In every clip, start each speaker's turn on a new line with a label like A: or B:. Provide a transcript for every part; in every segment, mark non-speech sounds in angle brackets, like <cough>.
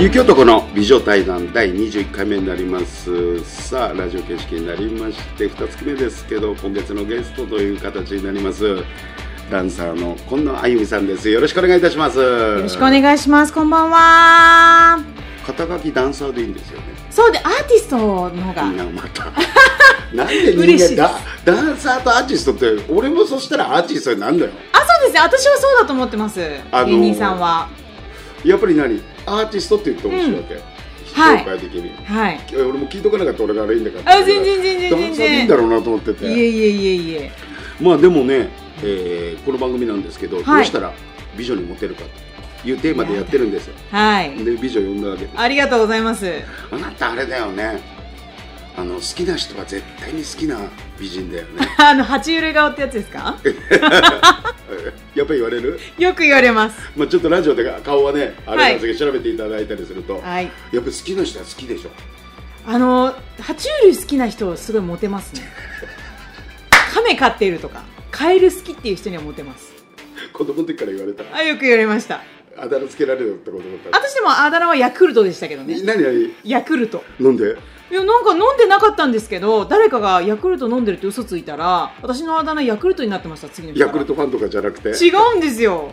A: 雪男の美女対談第21回目になりますさあラジオ形式になりまして2月目ですけど今月のゲストという形になりますダンサーの今野あゆみさんですよろしくお願いいたしますよ
B: よろしくお願いします。こんばんは。
A: 肩書きダンサーでいいんですよね
B: そうで、アーティストの
A: みん
B: が。
A: なま
B: <laughs>
A: たなんで
B: 嬉し
A: 人間
B: いで
A: ダダンサーとアーティストって俺もそしたらアーティストになるのよ
B: あ、そうですね。私はそうだと思ってます。
A: あのー
B: 芸人さんは。
A: やっぱり何アーティストって言ってほしいわけ、
B: はい
A: 紹介的に、
B: はい。
A: 俺も聞いとかなかったら俺が悪いんだから
B: あ、全然全然
A: ダ
B: 全
A: ンサーでいいんだ
B: 然。
A: ろうなと思ってて
B: いえいえいえいえ。
A: まあでもね、えーこの番組なんですけど、
B: い
A: どうしたら美女にモテるかというテーマでやってるんですよ
B: はい。
A: で美女呼んだわけです
B: ありがとうございます。
A: あなたあれだよねあの好きな人は絶対に好きな美人だよね
B: あの、爬虫類顔ってやつですか
A: <laughs> やっぱり言われる、
B: よく言われます。
A: まあ、ちょっとラジオで顔はねあれなんですけど、
B: は
A: 調べていただいたりすると、
B: はい。
A: やっぱり好きな人は好きでしょ
B: あの、爬虫類好きな人、すごいモテま
A: <laughs>
B: すね。亀飼っているとか、カエル好きっていう人にはモテます。
A: 子供の時から言われた
B: あ、よく言われました。
A: あだ名つけられるってことだったら
B: 私でもあだ名はヤクルトでしたけどね
A: 何。何
B: ヤクルト。
A: 飲んで
B: いやなんか飲んでなかったんですけど誰かがヤクルト飲んでるって嘘ついたら私のあだ名ヤクルトになってました次の日か
A: ヤ
B: ら
A: クルトファンとかじゃなくて
B: 違うんですよ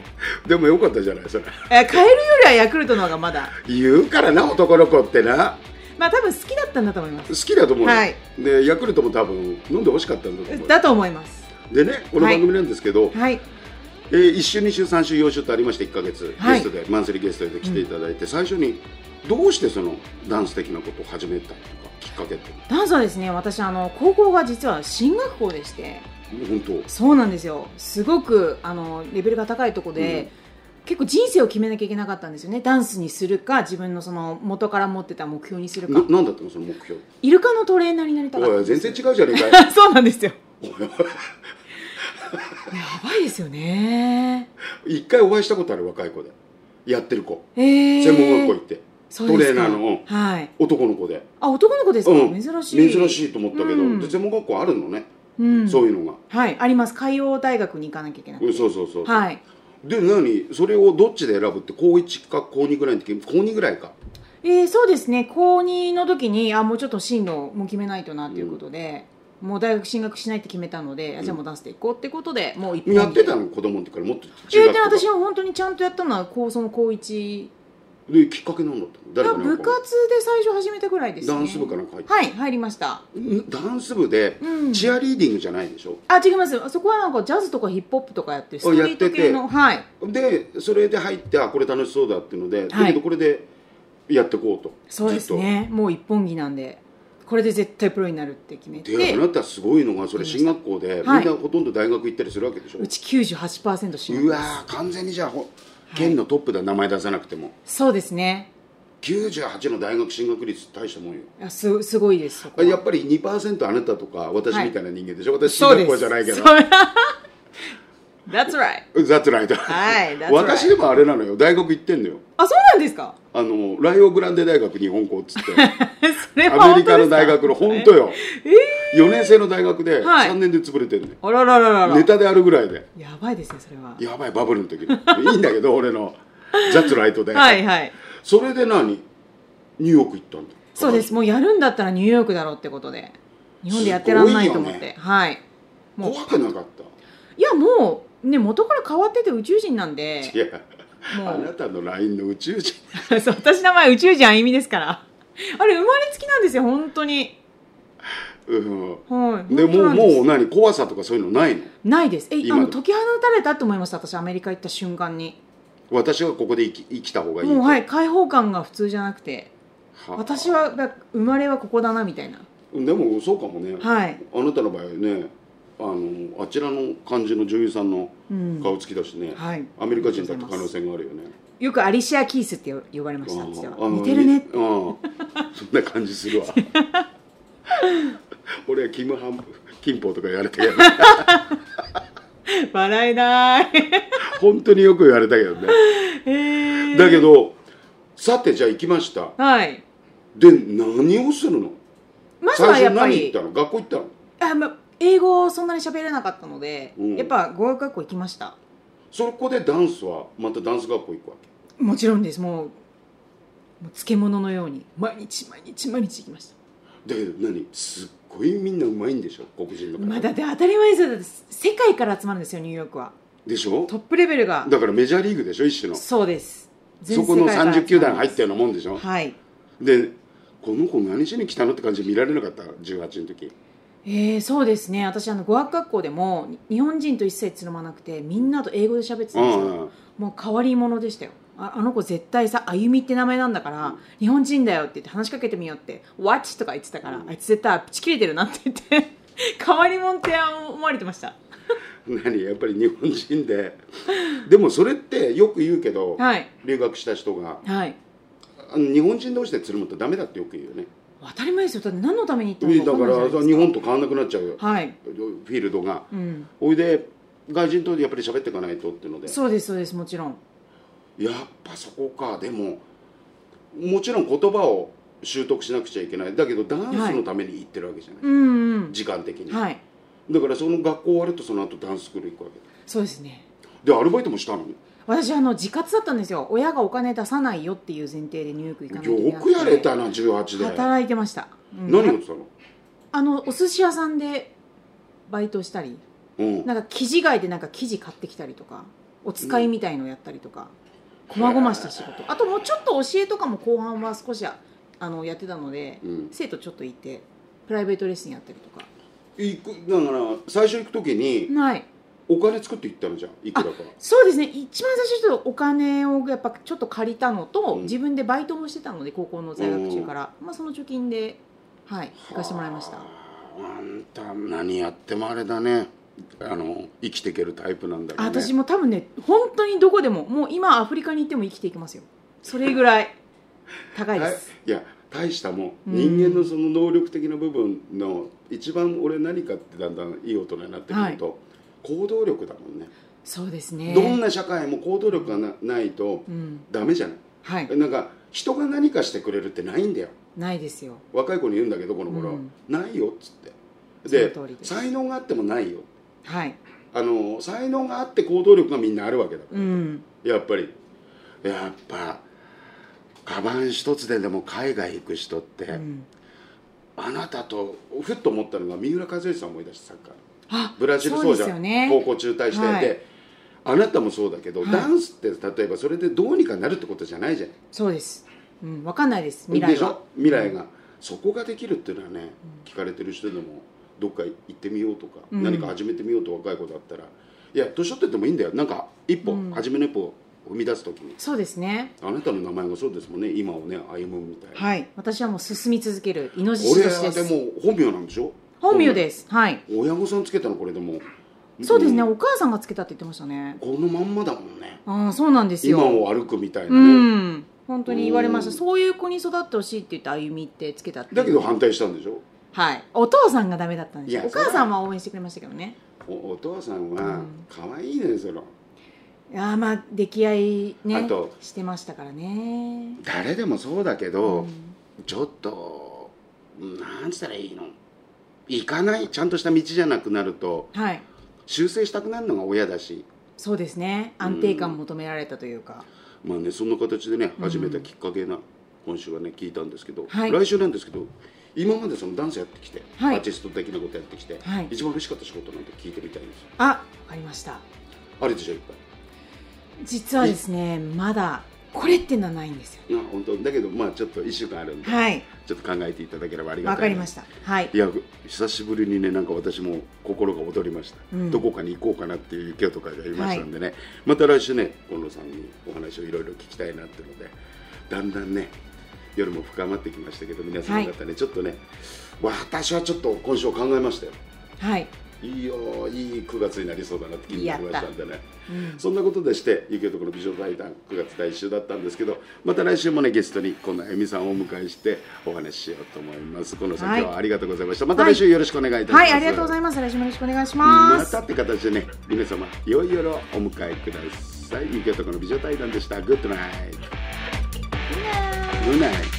A: でもよかったじゃないそれ
B: えカエルよりはヤクルトの方がまだ
A: 言うからな男の子ってな
B: まあ多分好きだったんだと思います
A: 好きだと思うよ、
B: はい
A: でヤクルトも多分飲んでほしかったんだと思
B: だと思います
A: うでねこの番組なんですけど、
B: はい
A: えー、1週2週3週4週とありまして1か月
B: は
A: ゲ
B: い
A: ストで、マンスリーゲストで来ていただいて、最初にどうしてそのダンス的なことを始めたとかきっかけって
B: ダンスはですね私あの高校が実は進学校でして
A: 本当
B: そうなんですよすごくあのレベルが高いとこで、
A: うん
B: 結構人生を決めなきゃいけなかったんですよねダンスにするか自分のその元から持ってた目標にするか
A: ななんだったのその目標
B: イルカのトレーナーになりたかったん
A: おい
B: です
A: 全然違うじゃねえ <laughs> かよ
B: そうなん <laughs> ですよ
A: おい
B: やばいですよね。
A: 一回お会いしたことある若い子でやってる子
B: えー、
A: 専門学校行って、
B: そうですか
A: トレーナーの
B: はい。
A: 男の子で
B: あ、男の子ですか、
A: うん
B: 珍しい。
A: 珍しいと思ったけど、
B: うん
A: で専門学校あるのね、
B: うん、
A: そういうのが、
B: はい、あります。海洋大学に行かなきゃいけない。
A: うんそうそうそう、
B: はい。
A: で何それをどっちで選ぶって高1か高2ぐらいの時高2ぐらいか
B: えー、そうですね。高2の時に、あ、もうちょっと進路もう決めないとなということで、もう大学進学しないって決めたので、あじゃあもう出していこうってことで、もう一本
A: やってたの子供の時からもっと
B: え
A: 中
B: ー、
A: 学
B: で、
A: とか
B: 私は本当にちゃんとやったのは、高その高1。
A: できっかけなんだったの
B: 部
A: 誰かなん
B: 活
A: か
B: で最初始めたぐらいですね。
A: ダンス部かなんか入って、
B: はい、入りました。
A: んダンス部で
B: うん。
A: チアリーディングじゃないでしょ、
B: あ違いますそこはなんかジャズとかヒップホップとかやってるストリート系のはい
A: でそれで入ってあこれ楽しそうだっていうので、
B: はい
A: だけどこれでやっていこうと
B: そうですねもう一本木なんでこれで絶対プロになるって決め
A: ずっとで
B: て
A: あなたすごいのがそれ進学校で、
B: はい
A: みんなほとんど大学行ったりするわけでしょ
B: うち98%進
A: う
B: 学
A: わ
B: です
A: ー完全にじゃあほ
B: い
A: 県のトップだ名前出さなくても
B: そうですね
A: 98の大学進学率大したもんよ
B: あすすごいですそこ
A: あ
B: は
A: やっぱり2%あなたとか私みたいな人間でしょ、私進
B: そう
A: 学
B: で
A: 校
B: す
A: じゃないけど
B: そう <laughs> That's right
A: <laughs> That's right
B: はい that's right
A: 私でもあれなのよ大学行ってんのよ
B: あそうなんですか
A: あのライオグランデ大学日本校っつって
B: <laughs> それは
A: アメ
B: 本
A: リ
B: 当
A: カの
B: ですか
A: 大学の本当よ、4年生の大学で
B: はい
A: 3年で潰れてるね、
B: あららららら
A: ネタであるぐらいで
B: やばいですねそれは
A: やばいバブルの時のいいんだけど俺の「That's right で」
B: はいはい
A: それで何ニューヨーク行ったんだ
B: そうですもうやるんだったらニューヨークだろうってことで日本でやってらんないと思っ
A: すごい
B: てはいもう
A: 怖くなかった
B: いやもうね元から変わってて宇宙人なんで
A: いや
B: も
A: あな
B: う
A: たの LINE の宇宙人
B: <laughs> そう私の名前宇宙人あゆみですからあれ生まれつきなんですよ本当に
A: うん
B: はい
A: で
B: 本当
A: もう
B: なん
A: も
B: です
A: う何怖さとかそういうのないの
B: ないですえ
A: 今
B: あ
A: でも
B: の解き放たれたと思いました私アメリカ行った瞬間に
A: 私はここで生き生きた方がいい
B: もうはい開放感が普通じゃなくて
A: は
B: 私はだ生まれはここだなみたいな
A: でもそうかもね、
B: はい、
A: あなたの場合ねあのあちらの感じの女優さんの
B: うん、
A: 顔つきだしね、
B: はい
A: アメリカ人だって
B: ありがと
A: 可
B: うござい
A: 能
B: ます
A: 性があるよね
B: よくアリシア・キースって呼呼ばれました私は
A: ああ
B: 似てるね
A: にうんそんな感じするわ俺はキムハン金宝とか言われたけど
B: <laughs> 笑えない
A: 本当によく言われたけどね
B: えー
A: だけどさてじゃあ行きました
B: はい
A: で何をするの
B: まず
A: 最
B: はや
A: 初
B: っぱ
A: 何行
B: り
A: ったの学校行ったの
B: あ、まあ、英語をそんなに喋れなかったので、
A: うん
B: やっぱ語学学校行きました
A: そこでダンスはまたダンス学校行くわけ
B: もちろんですもうもう漬物のように毎日毎日毎日行きました
A: だけど何すっごいみんなうまいんでしょ黒人の方、
B: まあだって当たり前ですよだって世界から集まるんですよニューヨークは
A: でしょ
B: トップレベルが
A: だからメジャーリーグでしょ一種の
B: そうです
A: そこの30球団入ったようなもんでしょ、
B: たはい
A: でこの子何しに来たのって感じで見られなかった18の時
B: えー、そうですね私あの語学学校でもに日本人と一切つるまなくてみんなと英語で喋ってたんですよ、
A: あ
B: もう変わり者でしたよああの子絶対さ「あゆみって名前なんだから、日本人だよ」って言って話しかけてみようって「What?」とか言ってたから、
A: うん
B: あいつ絶対プチ切れてるなって言って <laughs> 変わり者って思われてました
A: 何やっぱり日本人ででもそれってよく言うけど、
B: はい
A: 留学した人が
B: はい
A: あの日本人同士でつるむとダメだってよく言うよね
B: 当たり前ですよだって何のために行った
A: だ
B: の
A: か
B: わんない
A: ら
B: じゃない
A: 日
B: です
A: 本と変わんなくなっちゃうよ
B: かはい、
A: フィールドが
B: うん、
A: おいで外人とやっぱり喋っていかないとっていうので
B: そうですそうですもちろん
A: やっぱそこかでももちろん言葉を習得しなくちゃいけないだけどダンスのために行ってるわけじゃない、
B: うんうん
A: 時間的に、
B: はい
A: だからその学校終わるとその後ダンススクール行くわけ
B: そうですね
A: でアルバイトもしたの
B: 私あの自活だったんですよ親がお金出さないよっていう前提でニューヨーク行かないといけな
A: よ
B: く
A: く
B: て
A: やれたな18で、
B: 働いてました、うん
A: 何やってたの
B: あのお寿司屋さんでバイトしたり
A: うん
B: なんか生地外でなんか生地買ってきたりとかお使いみたいのやったりとかこまごました仕事あともうちょっと教えとかも後半は少しああのやってたので
A: うん、
B: 生徒ちょっといてプライベートレッスンやったりとか
A: 行くだから最初行く時に
B: はい
A: お金作って行ったのじゃんいくらか
B: そうですね一番最初ちょっとお金をやっぱちょっと借りたのと、
A: うん
B: 自分でバイトもしてたので高校の在学中から、まあ、その貯金ではい行かしてもらいました
A: はああんた何やってもあれだねあの生きていけるタイプなんだろ
B: あ
A: うね
B: 私も多分ね本当にどこでももう今アフリカに行っても生きていけますよそれぐらい高いです、
A: いや大したもん
B: うん
A: 人間のその能力的な部分の一番俺何かってだんだんいい大人になってくると、行動力だもんね、
B: そうですね
A: どんな社会も行動力がなないと
B: うん
A: ダメじゃない
B: はい
A: なんか人が何かしてくれるってないんだよ
B: ないですよ
A: 若い子に言うんだけどこの頃、
B: うん
A: ないよっつってで
B: その通りです
A: 才能があってもないよ
B: はい
A: あの才能があって行動力がみんなあるわけだか
B: うん
A: らやっぱりやっぱカバン一つででも海外行く人って、
B: うん
A: あなたとふっと思ったのが三浦知良さんを思い出したサッカー
B: あ
A: ブラジルそうじゃん
B: ですよね
A: 高校中退して、
B: はい
A: であなたもそうだけど、
B: はい
A: ダンスって例えばそれでどうにかなるってことじゃないじゃん
B: そうですうんわかんないです未来
A: でし
B: は
A: ょ未来が、そこができるっていうのはね聞かれてる人でもどっか行ってみようとか、
B: うん
A: 何か始めてみようと若い子だったらいや年取っててもいいんだよなんか一歩、
B: うん
A: 初めの一歩を踏み出す時に
B: そうですね
A: あなたの名前がそうですもんね今をね歩むみたいな、
B: はい私はもう進み続けるイノシ
A: こ
B: シ
A: れ
B: とし
A: は
B: で
A: ですも本名なんでしょ
B: 本名ですはい
A: 親御さんつけたのこれでも
B: そうですね、
A: ん
B: お母さんがつけたって言ってましたね
A: このまんまだもんね
B: ああそうなんですよ
A: 今を歩くみたいな
B: う
A: ね、
B: ん本当に言われました
A: うん
B: そういう子に育ってほしいって言って歩みってつけたっていう
A: だけど反対したんでしょ
B: はいお父さんがダメだったんです
A: い
B: よ
A: や
B: お母さんは応援してくれましたけどね
A: おお父さん
B: う
A: は
B: ん
A: 可愛いねその
B: ああまあ出来合い
A: あ
B: ね
A: と
B: してましたからね
A: 誰でもそうだけど、
B: うん
A: ちょっとなんつったらいいの行かないちゃんとした道じゃなくなると
B: はい
A: 修正したくなるのが親だし
B: そうですね
A: うん
B: 安定感求められたというか、
A: まあねそんな形でね
B: うん
A: 始めたきっかけな、今週はね聞いたんですけど、
B: はい
A: 来週なんですけど今までそのダンスやってきて、
B: はい
A: アーティスト的なことやってきて、
B: はい
A: 一番嬉しかった仕事なんて聞いてみたいんですよ
B: あわかりました
A: あれでしょいっぱい
B: 実はですねまだこれってのはないんですよ
A: あ本当だけどまあちょっと1週間あるんで、
B: はい
A: ちょっと考えていただければありがたい
B: わかりましたたはい
A: いや久しぶりにねなんか私も心が躍りました、
B: うん
A: どこかに行こうかなっていう今日とかがいましたんでね、また来週ね近野さんにお話をいろいろ聞きたいなっていうのでだんだんね夜も深まってきましたけど皆さん方ね、ちょっとね私はちょっと今週考えましたよ
B: はい、
A: いいよいい9月になりそうだなって気になりましたんでね
B: うん
A: そんなことでして、ゆきおとこの美女対談、9月第1週だったんですけど、また来週もね、ゲストに、このえみさんをお迎えして、お話ししようと思います。この先、
B: は
A: はい今日はありがとうございました。また来週よろしくお願いいたします。
B: はい、ありがとうございます来週もよろしくお願いします
A: またって形でね、皆様、よいよろお迎えください。ゆきおとこの美女対談でした。グッドナイト。
B: み
A: グッド
B: んな
A: ナイト。